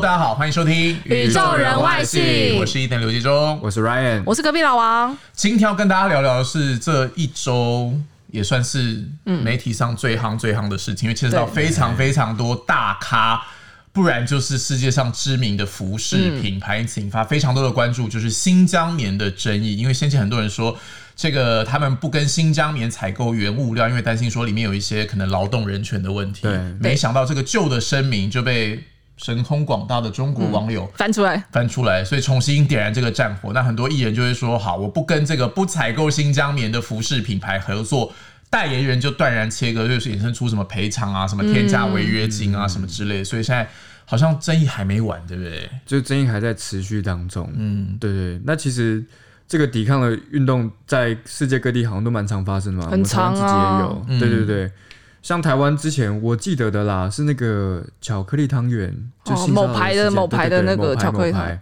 家好，欢迎收听《宇宙人外星我是伊藤刘继忠。我是 Ryan，我是隔壁老王，今天要跟大家聊聊的是这一周也算是媒体上最夯最夯的事情，因为牵涉到非常非常多大咖。不然就是世界上知名的服嗯饰品牌，因此引发非常多的关注，就是新疆棉的争议。因为先前很多人说，这个他们不跟新疆棉采购原物料，因为担心说里面有一些可能劳动人权的问题对。没想到这个旧的声明就被神通广大的中国嗯网友翻出来。翻出来，所以重新点燃这个战火。那很多艺人就会说：“好，我不跟这个不采购新疆棉的服饰品牌合作。”代言人就断然切割，就是衍生出什么赔偿啊、什么天价违约金啊、什么之嗯类的。所以现在好像争议还没完，对不对？就争议还在持续当中。嗯，对对，那其实这个抵抗的运动在世界各地好像都蛮常发生的嘛，很常啊我们台湾自己也有。对对嗯对，像台湾之前我记得的啦，是那个巧克力汤圆，就哦性骚扰某牌的事件某对对牌的对那个某牌巧克力某牌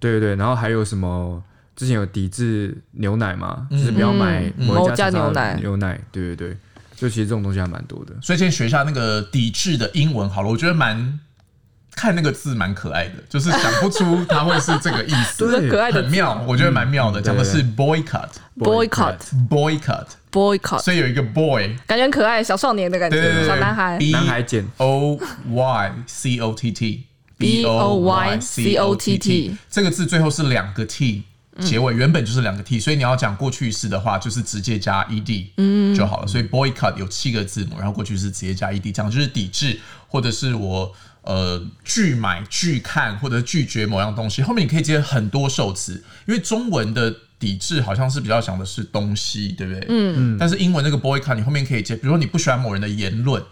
对对对，然后还有什么？之前有抵制牛奶嘛，就是不要买嗯某某一家家牛牛奶牛奶，对对对，就其实这种东西还蛮多的。所以先学一下那个抵制的英文好了，我觉得蛮看那个字蛮可爱的，就是想不出它会是这个意 思，这可爱的很妙，我觉得蛮妙的。嗯讲的是对 boycott，boycott， boycott boycott，所以有一个 boy。感觉很可爱，小少年的感对对觉，对，小男孩。 B 男孩简 O Y C O T T B O Y C O T T 这个字最后是两个 T 结尾，原本就是两个 T，所以你要讲过去式的话，就是直接加 E D 就嗯好了。所以 boycott 有七个字母，然后过去式直接加 E D，讲的就是抵制或者是我。呃，拒买、拒看或者拒绝某样东西，后面你可以接很多受词，因为中文的抵制好像是比较想的是东西，对不对？嗯嗯。但是英文那个 boycott，你后面可以接，比如说你不喜欢某人的言论，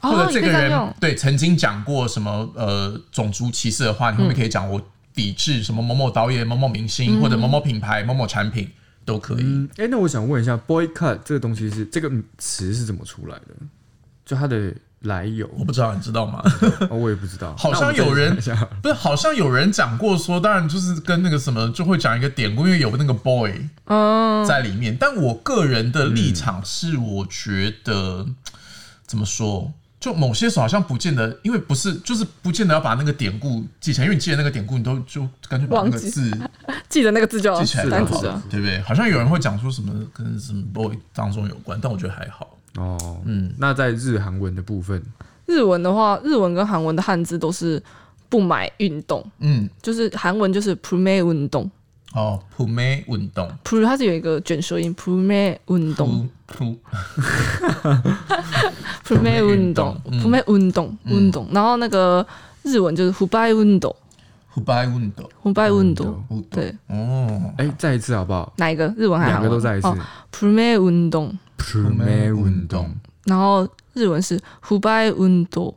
或哦者，你这可个以这样人、用。对曾经讲过什么呃种族歧视的话，你后嗯面可以讲我抵制什么某某导演、某某明星、或者某某品牌、某某产品都可以。嗯，哎、那我想问一下，boycott 这个东西是这个词是怎么出来的？就它的来由，我不知道，你知道吗？ 哦、我也不知道。好像那我们再有人想一下，不是，好像有人讲过说，当然就是跟那个什么，就会讲一个典故，因为有那个 boy 嗯，在里面。但我个人的立场是，我觉得怎么说，就某些时候好像不见得，因为不是，就是不见得要把那个典故记起来，因为你记得那个典故，你都就干脆把那个忘记 字记得那个字就记起来单就单好词词了啊啊，对不对？好像有人会讲说什么跟什么 boy 当中有关，但我觉得还好。哦，嗯，那在日韩文的部分，日文的话，日文跟韩文的汉字都是不买运动，嗯，就是韩文就是 pume 运动哦，普妹运动， ，pu 它是有一个卷舌音，pume 运动普普，pume 运动嗯，pume 运动，运动。然后那个日文就是 hubai 运动普拜运动， ，hubai 运运动动，运动对，哦，哎、再一次好不好？哪一个？日文还是两韩个文都再一次哦。，pume 运动。 Prime 运动，然后日文是 hubai 运动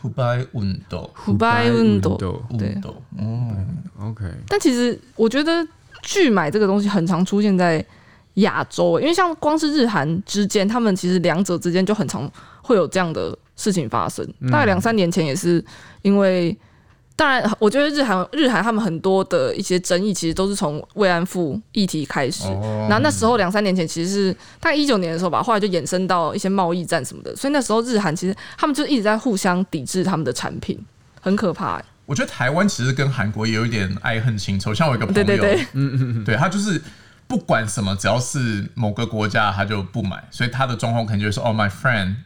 普拜运动， ，hubai 运动。对运动，哦， ，OK，但其实我觉得拒买这个东西很常出现在亚洲、因为像光是日韩之间，他们其实两者之间就很常会有这样的事情发生。大概两三年前也是因为。当然，我觉得日韩日韩他们很多的一些争议，其实都是从慰安妇议题开始。哦然后那时候两三年前，其实是大概一九年的时候吧，后来就衍生到一些贸易战什么的。所以那时候日韩其实他们就一直在互相抵制他们的产品，很可怕、欸。我觉得台湾其实跟韩国也有一点爱恨情仇，像我有一个朋对友，对对，嗯对他就是不管什么，只要是某个国家，他就不买，所以他的状况可能就是说，哦，my friend。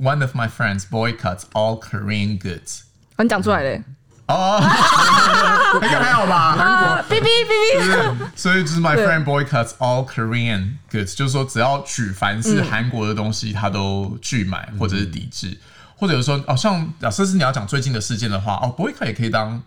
One of my friends boycotts all Korean goods。啊你讲出来嘞、哦，那个还好吧？啊，哔哔哔哔， 所以就是 my 对 friend boycotts all Korean goods，就是说只要举凡是韩国的东西，他都拒买或者是抵制，或者有时候哦，像假设是你要讲最近的事件的话，哦，boycott 也可以当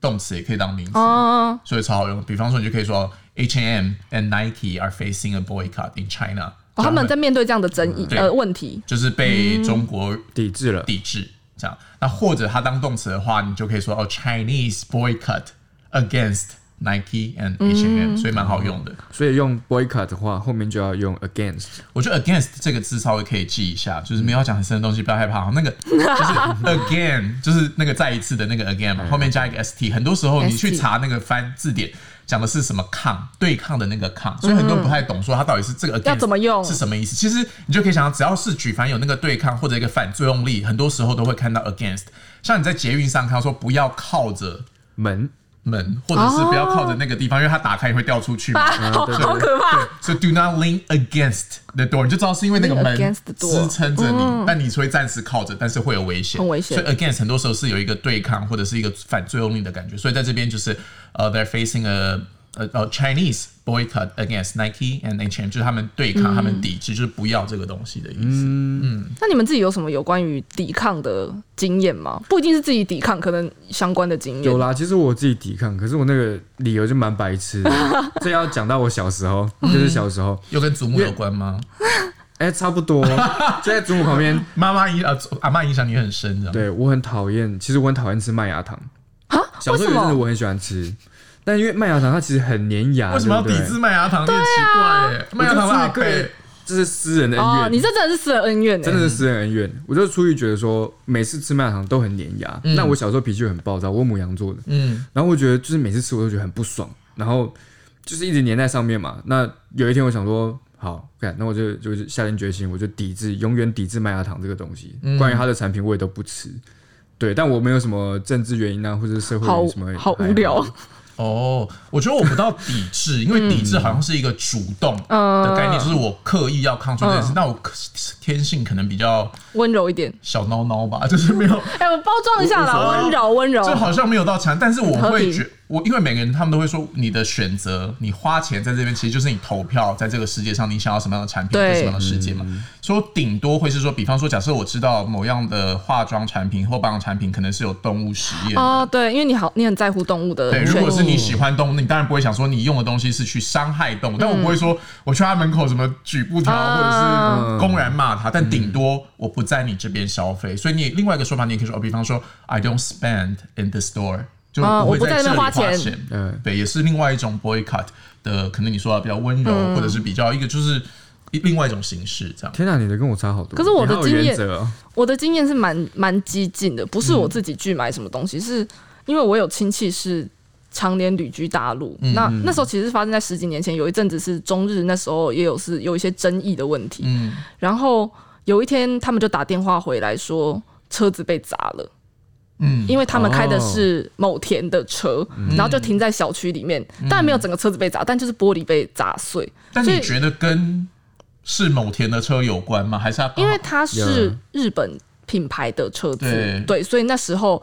动词，也可以当名词，哦，所以超好用。比方说，你就可以说 H&M and Nike are facing a boycott in China，、哦他们在面对这样的争议对呃问题，就是被中国抵制了。抵制这样。那或者它当动词的话，你就可以说哦，Chinese boycott against Nike and H&M，、所以蛮好用的。所以用 boycott 的话，后面就要用 against。我觉得 against 这个字稍微可以记一下，就是没有讲很深的东西，不要害怕。那个就是 again，就是那个再一次的那个 again 嘛，后面加一个 st。很多时候你去 ST 查那个翻字典，讲的是什么抗对抗的那个抗，所以很多人不太懂说它到底是这个 against 要怎么用是什么意思。其实你就可以想到，只要是举凡有那个对抗或者一个反作用力，很多时候都会看到 against。像你在捷运上看到说不要靠着门，门，或者是不要靠哦着那个地方，因为它打开也会掉出去嘛。 啊，好嗯对对对好可怕！ So do not lean against the door，你就知道是因为那个 Lean 门 against the door 嗯支撑着你，但你会暂时靠着，但是会有危险，很危险所以 against 很多时候是有一个对抗或者是一个反作用力的感觉。所以在这边就是呃、t h e y r e facing a a, a Chinese boycott against Nike and H&M，就是他们对嗯抗、他们抵制，就是不要这个东西的意思。嗯那你们自己有什么有关于抵抗的经验吗？不一定是自己抵抗，可能相关的经有验。啦，其实我自己抵抗，可是我那个理由就蛮白痴的。这要讲到我小时候，就是小时候，又跟祖母有关吗？哎、差 不多就在祖母旁边。妈妈影呃阿妈影响你很深，的。对我很讨厌，其实我很讨厌吃麦芽糖。啊？小为时什候有一阵子么？我很喜欢吃，但因为麦芽糖它其实很粘牙，为什么要抵啊对不对制麦芽糖？你啊很奇怪、欸，麦芽糖的阿我就是一贝个，这是私人的恩哦怨，，你这真的是私人恩怨真的欸是私人恩怨。我就出于觉得说，每次吃麦芽糖都很粘牙。嗯那我小时候脾气很暴躁，我母羊座的，嗯，然后我觉得就是每次吃我都觉得很不爽，然后就是一直粘在上面嘛。那有一天我想说，好，看，那我就就是下定决心，我就抵制，永远抵制麦芽糖这个东西。嗯关于它的产品，我也都不吃。对，但我没有什么政治原因啊，或者是社会原好因什么哎好无聊。哦，我觉得我不到抵制，因为抵制好像是一个主动嗯的概念，就是我刻意要抗拒这件事。那我可天性可能比较 温柔一点。小孬孬吧， 就是没有，哎，我包装一下无无所啦，谓温柔温柔。就好像没有到强，但是我合会理觉我，因为每个人他们都会说，你的选择，你花钱在这边，其实就是你投票在这个世界上，你想要什么样的产品，对跟什么样的世界嘛。所以我顶多会是说，比方说，假设我知道某样的化妆产品或保养产品可能是有动物实验的哦，对，因为你好，你很在乎动物的对，权益。如果是你喜欢动物，那你当然不会想说你用的东西是去伤害动物，但我不会说我去他门口什么举不他，嗯啊或者是公然骂他，但顶多我不在你这边消费。所以你另外一个说法，你也可以说，哦，比方说 I don't spend in the store，就啊不会我不在这里那边花钱。钱嗯对，也是另外一种 boycott 的，可能你说的比较温柔，嗯或者是比较一个就是另外一种形式这样。天哪、你的跟我差好多。可是我的你好有原经验则哦我的经验是蛮蛮激进的，不是嗯我自己去买什么东西，是因为我有亲戚是常年旅居大陆。嗯那那时候其实发生在十几年前，有一阵子是中日那时候也有是有一些争议的问题。嗯，然后有一天他们就打电话回来说车子被砸了。嗯哦因为他们开的是某田的车，然后就停在小区里面，嗯但没有整个车子被砸，但就是玻璃被砸碎。但所你以觉得跟是某田的车有关吗？还是它因为它是 Yeah 日本品牌的车子，对所以那时候。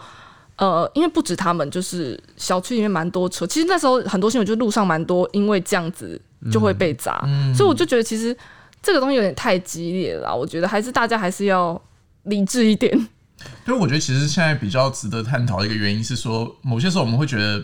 呃，因为不止他们，就是小区里面蛮多车。其实那时候很多新闻，就路上蛮多，因为这样子就会被砸，所以我就觉得其实这个东西有点太激烈了啦。我觉得还是大家还是要理智一点。所以我觉得其实现在比较值得探讨的一个原因是说，某些时候我们会觉得，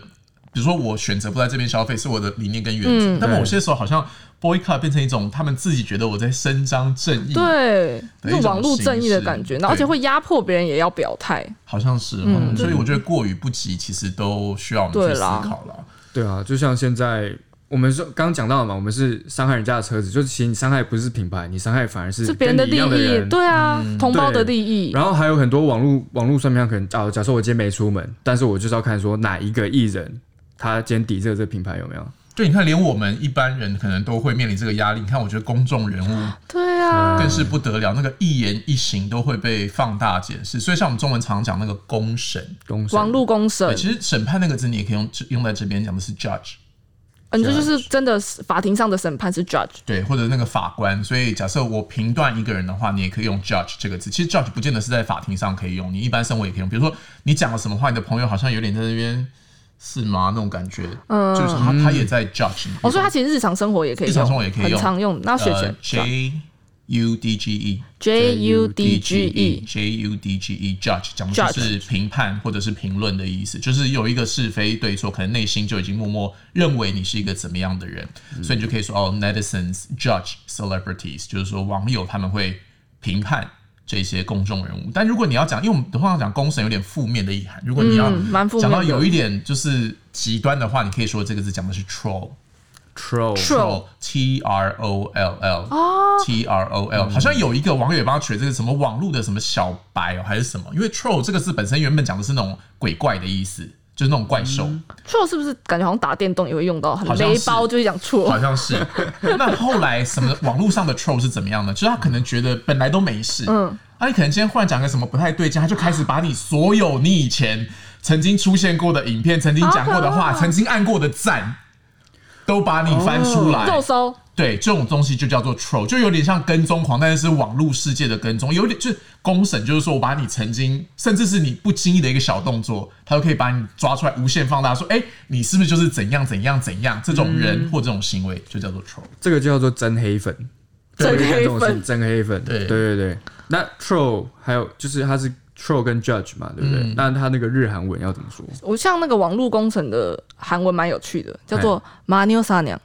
比如说我选择不在这边消费是我的理念跟原嗯则，但某些时候好像 boycott 变成一种他们自己觉得我在伸张正义，，对，的就一种网络正义的形式感觉，对然后而且会压迫别人也要表态。好像是，嗯，所以我觉得过与不及其实都需要我们去对思啦考了。对啊，就像现在我们说刚刚讲到了嘛，我们是伤害人家的车子，就是其实你伤害不是品牌，你伤害反而是是别人跟你利一样的益，人。对啊，同胞的对利益。然后还有很多网络网络上面可能啊，假设我今天没出门，但是我就是要看说哪一个艺人他今天抵制了这个品牌有没有？对，你看，连我们一般人可能都会面临这个压力。你看，我觉得公众人物对啊，更是不得了，那个一言一行都会被放大解释。所以，像我们中文常讲那个公审，公司网络公对审，其实审判那个字你也可以用用在这边讲的是 judge。嗯，这就是真的是法庭上的审判是 judge，对，或者那个法官。所以，假设我评断一个人的话，你也可以用 judge 这个字。其实 judge 不见得是在法庭上可以用，你一般生活也可以用。比如说，你讲了什么话，你的朋友好像有点在那边是吗？那种感觉，就是他他也在 judge 你。嗯哦，所以他其实日常生活也可以用，日常生活也可以用很常用。那选呃选 J U D G E。啊 J U D G E， J U D G E judge 讲的就 Judge 是评判或者是评论的意思，就是有一个是非对错，可能内心就已经默默认为你是一个怎么样的人，嗯所以你就可以说哦，netizens judge celebrities，就是说网友他们会评判这些公众人物。但如果你要讲，因为我们通常讲公审有点负面的意涵，如果你要嗯蛮负面讲的到有一点就是极端的话，你可以说这个字讲的是 troll。 troll Troll T R O L L 哦，T R O L，好像有一个网友也帮他取了这个什么网络的什么小白哦，还是什么？因为 troll 这个字本身原本讲的是那种鬼怪的意思，就是那种怪兽，错是不是感觉好像打电动也会用到，很好像雷是包就是讲 错好，像是。 那后来什么网络上的 troll 是怎么样呢？就是他可能觉得本来都没事，嗯，那、你可能今天忽然讲个什么不太对劲，他就开始把你所有你以前曾经出现过的影片、曾经讲过的好话、可怕曾经按过的赞，都把你翻出来，肉搜对，这种东西就叫做 troll，就有点像跟踪狂，但是是网络世界的跟踪，有点就是公审，就是说我把你曾经，甚至是你不经意的一个小动作，他都可以把你抓出来，无限放大，说，哎、你是不是就是怎样怎样怎样这种人或这种行为，就叫做 troll。这个叫做真黑粉，真我就看黑这种粉是真黑粉，对对对对。那 troll 还有就是它是 troll 跟 judge 嘛，对不对？那它那个日韩文要怎么说？我像那个网络工程的韩文蛮有趣的，叫做哎马妞撒娘，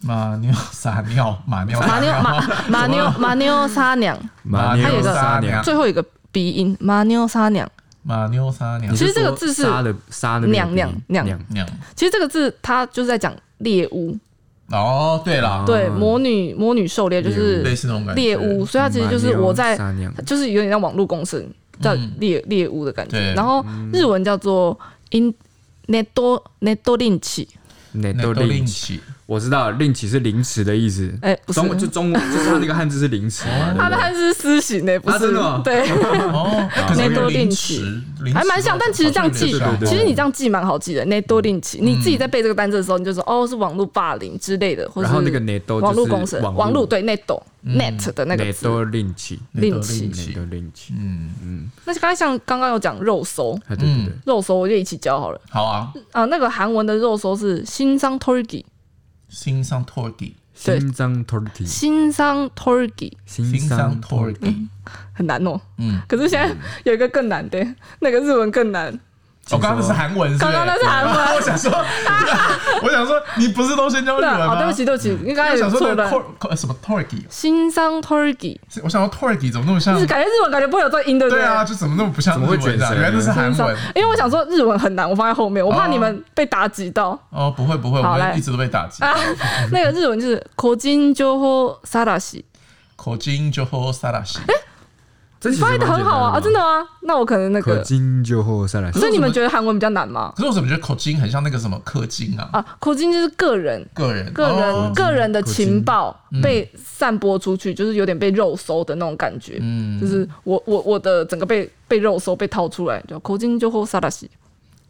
马尿撒尿，马尿马撒 妞马马妞马妞撒娘，马它有一个撒娘，最后一个鼻音马妞撒娘。马尿撒尿你其是实这个说字是杀的杀的娘娘娘娘，尿。其实这个字它就是在讲猎巫，哦，对了，对，啊魔女魔女狩猎就类是似那种感觉。猎巫，所以它啊其实就是我在马妞撒娘就是有点像网络共生叫嗯猎猎巫的感觉。对然后日文叫做 in neto neto l i n c 那那都都另令起，我知道令起是凌迟的意思，哎不是 中就中就是它那个汉字是凌迟嘛，对不它的对汉字是私刑诶，不啊是真的吗 对，哦，哎可是那都零另起食，零还食蛮像但其实这样好像有记点像对嗯其实你这样记蛮好记的，neto l i n c 你自己在背这个单词的时候，你就说哦是网络霸凌之类的，或者然后那个 neto 网络就是共生，网络嗯网络对 neto net 的那个那字，都令起，那都另起另那起都令起，嗯，那刚才像刚刚有讲肉搜，啊对对对嗯，肉搜我就一起教好了。好啊，啊，那个韩文的肉搜是新桑 turkey，新上 Torgy，对新疆 turkey，新桑 turkey 新新上疆 turkey，嗯 Torgy，很难哦。嗯，可是现在有一个更难的，那个日文更难。我哦刚刚那是韩文，刚刚那是韩 文文。我想说，我想说，你不是都先教日对文啊，吗？哦，对不起，对不起，应该我有想错说的那。个 tor 什么 Torgy，新桑 turkey，我想说 Torgy 怎么那么像就是？感觉日文感觉不会有这个音，对嗯不对对？啊，就怎么那么不像怎日么会文卷啊？舌原来那是韩新桑文。，因为我想说日文很难，我放在后面，我怕你们被打击到。 哦，不会不会，好我来们一直都被打击。啊，那个日文就是 k o j i n j o h o s a d a s i 口音就和萨拉西，这你其实发音的很好啊，啊，真的的啊。那我可能那蛮简单的嘛。可个，金就后再来，所以你们觉得韩文比较难吗？可是我怎么觉得口音很像那个什么氪金啊？啊，口径就是个人、个人个人、哦嗯个人的口径情报被散播出去，就是有点被肉搜的那种感觉。嗯就是我我我的整个被被肉搜被掏出来，叫口径就后萨拉西。嗯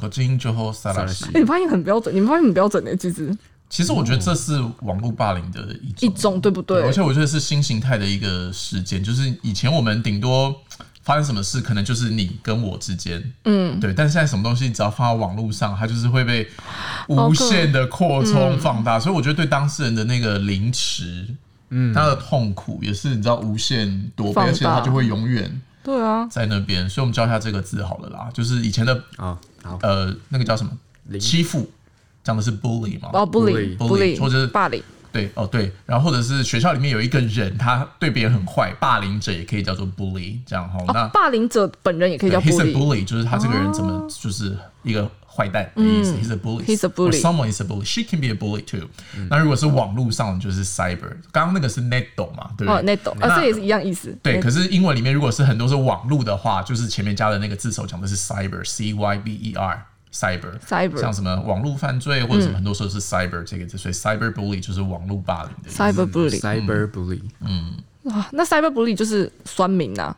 口音就和萨拉西萨拉。哎、你发现很标准，你们发现很标准的、其实其实我觉得这是网络霸凌的一一种。种对不对？而且我觉得是新形态的一个事件，就是以前我们顶多发生什么事，可能就是你跟我之间，嗯，对。但现在什么东西只要放到网络上，它就是会被哦无限的嗯扩充放大，所以我觉得对当事人的那个凌迟，嗯，他的痛苦也是你知道无限多倍，放大而且他就会永远对啊，在那边。所以我们教一下这个字好了啦，就是以前的嗯啊，好，呃那个叫什么凌欺负，讲的是 bully 嘛，哦，不理 bully，不理 bully，或者是霸凌，对，哦对，然后或者是学校里面有一个人，他对别人很坏，霸凌者也可以叫做 bully，这样哈、哦那霸凌者本人也可以对叫 he's 不 a 理。 bully，就是他这个人怎么就是一个坏蛋的意思。he's a bully. 嗯 he's a Or bully someone is a bully. She can be a bully too. 那如果是网络上就是 cyber，刚刚那个是 netto 嘛，对不哦，对？那懂，啊，这也是一样意思。对，那可是英文里面如果是很多是网络的话，就是前面加的那个字首讲的是 cyber，c y b e r。cyber Cyber 像什么网络犯罪或者什么，很多时候是 cyber 这个字，所以 cyber bully 就是网络霸凌的意思。 cyber bully cyber bully，嗯啊，那 cyber bully 就是酸民呐、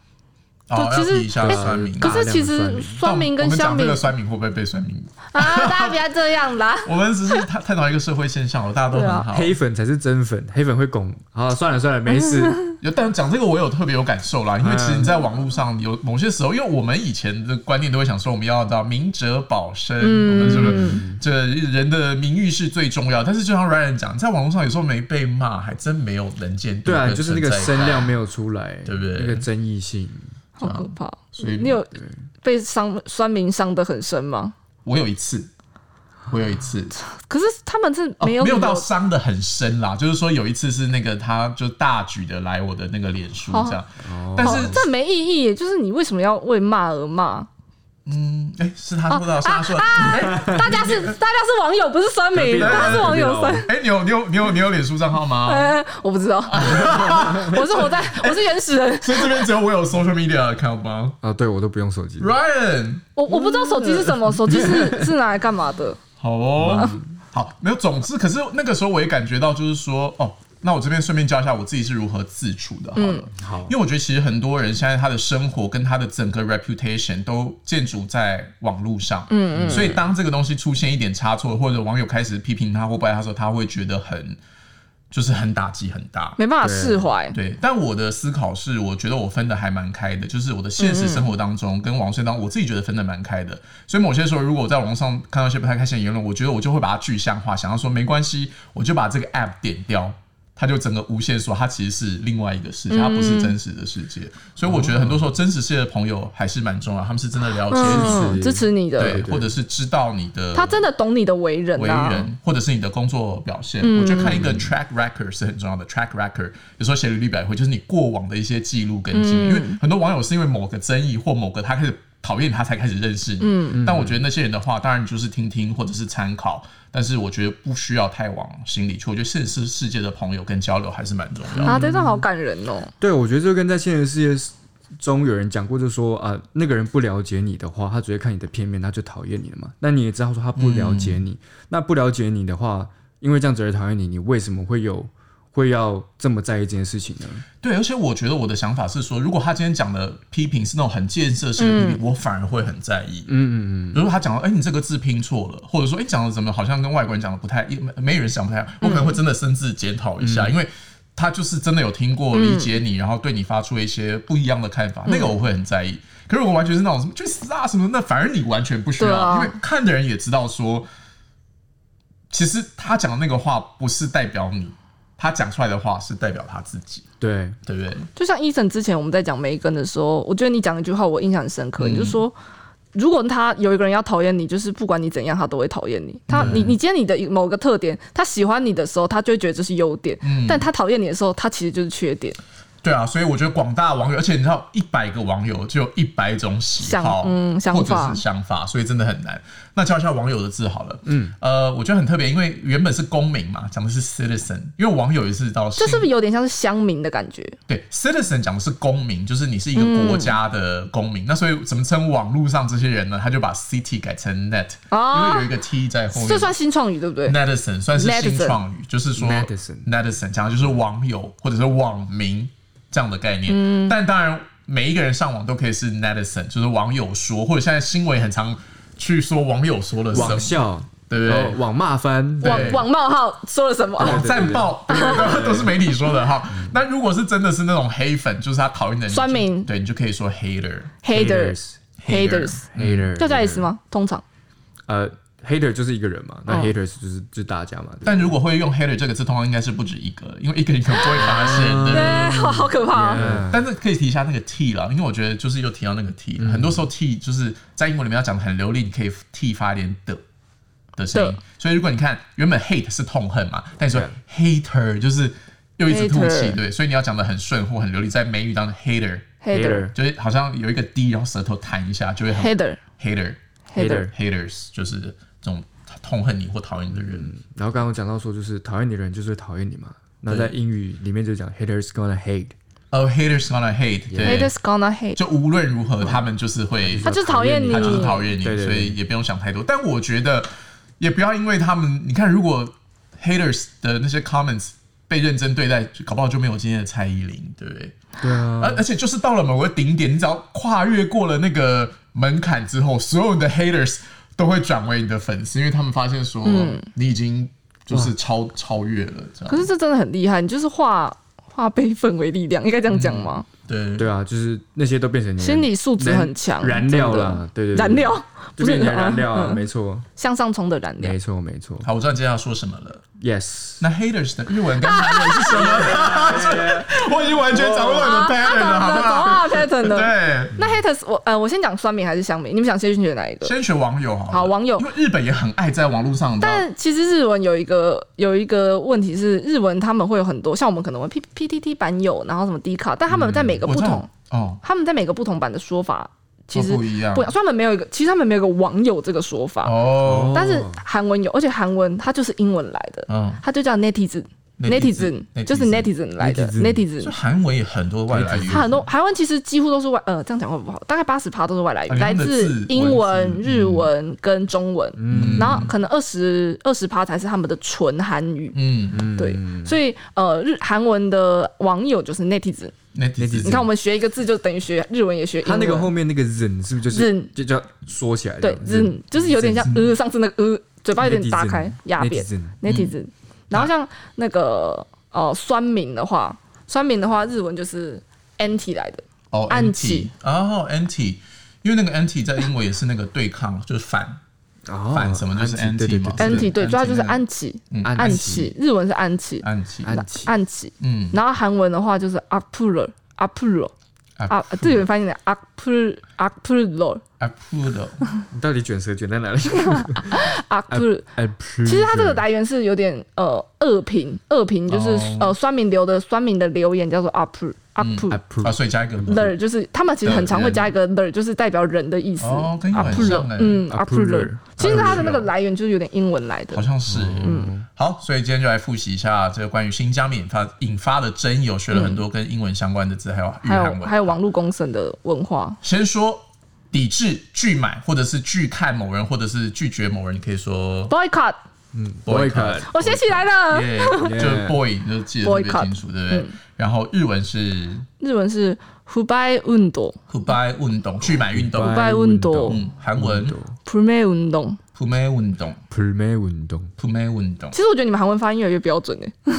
哦，对要其实提一下哎酸民。可是其大量实的酸民酸民跟我们乡讲这民个酸民会不会被酸民？啊，大家不要这样啦。我们只是 探探讨一个社会现象了，大家都啊很好。黑粉才是真粉，黑粉会拱。好，算了算了，没事。有但讲这个我有特别有感受啦，因为其嗯实你在网络上有某些时候，因为我们以前的观念都会想说我们要到明哲保身，我嗯们这个这人的名誉是最重要。但是就像 Ryan 讲，在网络上有时候没被骂，还真没 有人见度对啊，跟就是那个存在声感量没有出来，对不对那个争议性，好可怕！所以你有被伤酸民伤得很深吗？我有一次，我有一次，可是他们是哦没有、没有到伤的很深啦，就是说有一次是那个他就大举的来我的那个脸书这样，但是哦这没意义耶，就是你为什么要为骂而骂？嗯，哎、是他说的，是他说的，啊大家是大家是网友，不是酸隔壁民，的大家是网友酸。哎、你有你有你有你有脸书账号吗？啊呃，我不知道，我是活在我是原始人，所以这边只有我有 social media account 吗啊，对我都不用手机。 ？Ryan，我我不知道手机是什么，手机是是拿来干嘛的？好哦，好，没有。总之，可是那个时候我也感觉到，就是说，哦，那我这边顺便教一下我自己是如何自处的，好了。好，因为我觉得其实很多人现在他的生活跟他的整个 reputation 都建筑在网络上，嗯嗯，所以当这个东西出现一点差错，或者网友开始批评他或不爱他的时候，他会觉得很就是很打击很大，没办法释怀。对，但我的思考是，我觉得我分的还蛮开的，就是我的现嗯实生活当中跟网络生当中，我自己觉得分的蛮开的。所以某些时候，如果我在网络上看到一些不太开心的言论，我觉得我就会把它具象化，想要说没关系，我就把这个 app 点掉。它就整个无限说，它其实是另外一个世界，它不嗯是真实的世界，所以我觉得很多时候真实世界的朋友还是蛮重要，他们是真的了解你，嗯，支持你的，对，或者是知道你的他真的懂你的为人为啊。人，或者是你的工作表现。我觉得看一个 track record 是很重要的。track record 有时候写履历表也会，就是你过往的一些记录跟经历。因为很多网友是因为某个争议或某个他开始讨厌他才开始认识你。但我觉得那些人的话，当然你就是听听或者是参考，但是我觉得不需要太往心里去。我觉得现实世界的朋友跟交流还是蛮重要的。啊，这段好感人哦！对我觉得这跟在现实世界中有人讲过，就说啊、那个人不了解你的话，他只会看你的片面，他就讨厌你了嘛。那你也知道说他不嗯了解你，那不了解你的话，因为这样子而讨厌你，你为什么会有会要这么在意这件事情呢？对，而且我觉得我的想法是说，如果他今天讲的批评是那种很建设性的批评，我反而会很在意。嗯嗯嗯。比如说他讲到，哎、你这个字拼错了，或者说，哎、讲的怎么好像跟外国人讲的不太一，没没人讲不太一样，我可能嗯会真的深自检讨一下，因为他就是真的有听过、理解嗯你，然后对你发出一些不一样的看法，那个我会很在意。可是我完全是那种什么去死啊什么的，那反而你完全不需要，对啊因为看的人也知道说，其实他讲的那个话不是代表你，他讲出来的话是代表他自己，对，对不对？就像医生之前我们在讲梅根的时候，我觉得你讲一句话我印象很深嗯刻，你就说，如果他有一个人要讨厌你，就是不管你怎样，他都会讨厌嗯你。他你你今天你的某个特点，他喜欢你的时候，他就会觉得这是优点；嗯但他讨厌你的时候，他其实就是缺点。对啊，所以我觉得广大网友，而且你知道，一百个网友就有一百种喜好想，嗯想或者法是想法，所以真的很难。那教一下网友的字好了，嗯，呃，我觉得很特别，因为原本是公民嘛，讲的是 citizen，因为网友也是到这是不新是有点像是乡民的感觉？对 citizen 讲的是公民，就是你是一个国家的公嗯民。那所以怎么称网络上这些人呢？他就把 city 改成 net，、啊因为有一个 t 在后面，这算新创语对不对？ Netizen 算是新创语，就是说 Netizen Netizen 讲的就是网友或者是网民这样的概念。嗯但当然，每一个人上网都可以是 Netizen，就是网友说，或者现在新闻很常去说网友说了什么网，校，哦对不然对后？网骂翻，对网网冒号说了 什么？网站报 都是媒体说的哈。那如果是真的是那种黑粉，就是他讨厌的人，酸民你就对，你就可以说 hater。 haters Haters haters，嗯 hater，叫这样意思？吗？通常呃，hater 就是一个人嘛，那哦 haters 就是就是大家嘛。对但如果会用 hater 这个字，通常应该是不止一个，因为一个你可能不会发现的。哎，好好可怕啊！嗯但是可以提一下那个 t 啦，因为我觉得就是又提到那个 t，、很嗯多时候 t 就是在英文里面要讲的很流利，你可以 t 发一点的的声音的。所以如果你看原本 hate 是痛恨嘛，但你说 hater 就是又一直吐气， Hater 对，所以你要讲的很顺或很流利，在美语当中 hater hater 就是好像有一个 d，然后舌头弹一下就会很 hater hater hater Hater haters 就是这种痛恨你或讨厌你的人。然后刚刚讲到说，就是讨厌你的人就是会讨厌你嘛。那在英语里面就讲 haters gonna hate，哦、h a t e r s gonna hate，对 haters，gonna hate，就无论如何他们就是会他就是讨厌你他就是讨厌你，对对所对以也不用想太多。但我觉得也不要因为他们，你看，如果 haters 的那些 comments 被认真对待，搞不好就没有今天的蔡依林，对不对？对啊，嗯而、而且就是到了某个顶点，你只要跨越过了那个门槛之后，所有的 haters 都会转为你的粉丝，因为他们发现说、你已经就是超超越了，这嗯可样是这真的很厉害，你就是化化悲愤为力量，应该这样讲吗？对。对啊，就是那些都变成你的心理素质很强，燃燃料真的啦，对对，对燃料就变成你的燃料，啊啊，没错，向上冲的燃料没。错，没错。好，我知道你今天要说什么了。 Yes，那 haters 的日文跟韩文是什么？ 我已经完全掌握你的 啊，他 pattern 懂了，好的，不懂好？啊，pattern 的。对，那 haters，我呃，我先讲酸民还是香民？你们想先选哪一个？先学网友好了。好网友因为日本也很爱在网络上，你知道但其实日文有一个有一个问题是，日文他们会有很多，像我们可能会 P P T T 版友，然后什么 D 卡，但他们在每个我不知同，道哦，他们在每个不同版的说法其实都不一样不一样，所以他们没有一个，其实他们没有一个网友这个说法，哦，但是韩文有，而且韩文它就是英文来的，嗯，它就叫 netizen。 netizen， netizen 就是 netizen 来的 netizen 所以 netizen，韩文也很多外来语，它很多韩文其实几乎都是外呃，这样讲会不好，大概八十趴都是外来语，啊来你们的自字英文文、字日文跟中文，嗯然后可能二十二十趴才是他们的纯韩语。嗯对，所以呃，日韩文的网友就是 netizen。 ，netizen，你看，我们学一个字就等于学日文，也学英他文。那个后面那个忍是不是就是 Zen 就叫缩起来这对样？，嗯，就是有点像呃，上次那个呃，嘴巴有点打开 Netizen，压扁 Netizen netizen。嗯然后像那个呃酸民的话，酸民的话日文就是 anti 来的，哦暗，anti，器哦，anti，因为那个 anti 在英文也是那个对抗，就是反哦反什么，就是 anti，对对 anti 嘛对对，anti 对， anti 主要就是那个暗起，暗暗器起，日文是暗起，暗器，暗器暗起。嗯，然后韩文的话就是 apuro apuro 啊，这有人翻译的 apuro apuro a p p l 你到底卷舌卷在 哪里？ apuro。哎，其其实它这个来源是有点呃恶评，恶评就是、哦呃酸民留的酸民的留言叫做 up up、啊，所以加一个 l e r 就是他们其实很常会加一个 l e r 就是代表人的意思。哦跟英文很 upper，像欸嗯 up upper l e r 其实它的那个来源就是有点英文来好的。像是，嗯，好，所以今天就来复习一下这个关于新疆引发引发的争议，我学了很多跟英文相关的字，还有语还有韩文。还有网络公审的文化，先说抵制拒买，或者是拒看某人，或者是拒绝某人，你可以 说 boycott， boycott， boycott 我写起来了。耶， Yeah 就是 boy 你就记得特别清楚，对不嗯对？然后日文是日文是 hubai undo goodbye 运动，拒买运动，拜温度嗯，韩文 prime undo。 pume 运动，prime 运动， ，pume 运动，其实我觉得你们韩文发音越来越标准诶、欸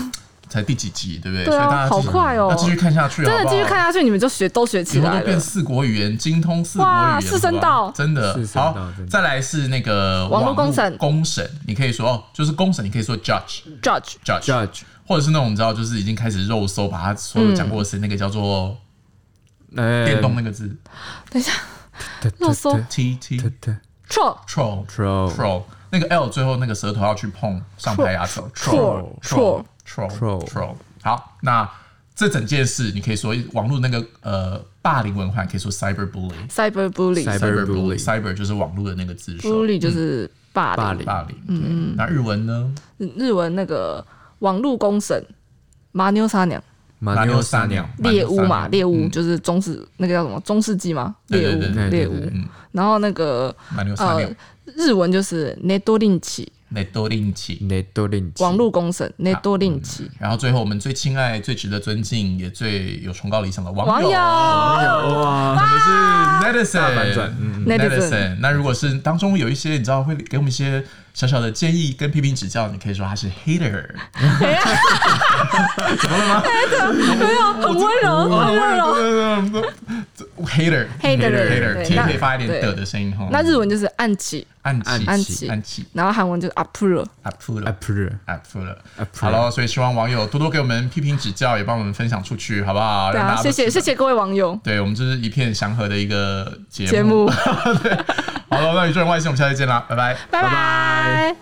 才第几集，对不对？对所啊以大家继续好快哦要继续看下去，真啊好的不好继续看下去，你们就学都学以起后来都变了。四国语言，精通四国语言，哇四声好不好道真的四声道好真。的再来是那个网络公审网络公审你可以说哦，就是公审，你可以说 judge Judge judge， judge，或者是那种你知道，就是已经开始肉搜，把他所有讲过的事，那个叫做哎，电动那个字等一下哒，肉搜 t t 哒哒 troll troll ，pro troll，那个 l 最后那个舌头要去碰上排牙齿 Troll troll troll Troll troll。好，那这整件事你可以说网络那个呃霸凌文化，你可以说 cyber bullying。 cyberbully Cyber- cyberbully Cyberbully cyber 就是网络的那个字首， bully 就是霸凌霸凌霸凌。嗯，那日文呢？日文那个网络公审，麻妞撒娘马妞妞撒娘，猎巫嘛，猎巫嗯就是中世那个叫什么中世纪嘛，对猎对巫对对猎对巫对。嗯，然后那个马妞撒呃娘，日文就是ネ多令起，内多令起。内多令网络公啊审ネ多令起。然后最后，我们最亲爱、最值得尊敬，也最有崇高理想的嗯网网友，友我哇，们是 Netizen 大反转嗯 Netizen。那如果是当中有一些你知道会给我们一些小小的建议跟批评指教，你可以说他是 hater。哎 没有很温柔，很温柔。 hater Hater hater，对其实那可以发一点对的的声音哈。那日文就是暗起，暗器暗起起，暗器然后韩文就是 apuro。 up to the 哎，pro up to the。 Approve 好了，所以希望网友多多给我们批评指教，也帮我们分享出去，好不好？对让大啊，家谢都谢知道谢。谢各位网友对我们就是一片祥和的一个节节目， 好了，那宇宙人外星，我们下次见啦，拜拜。拜拜。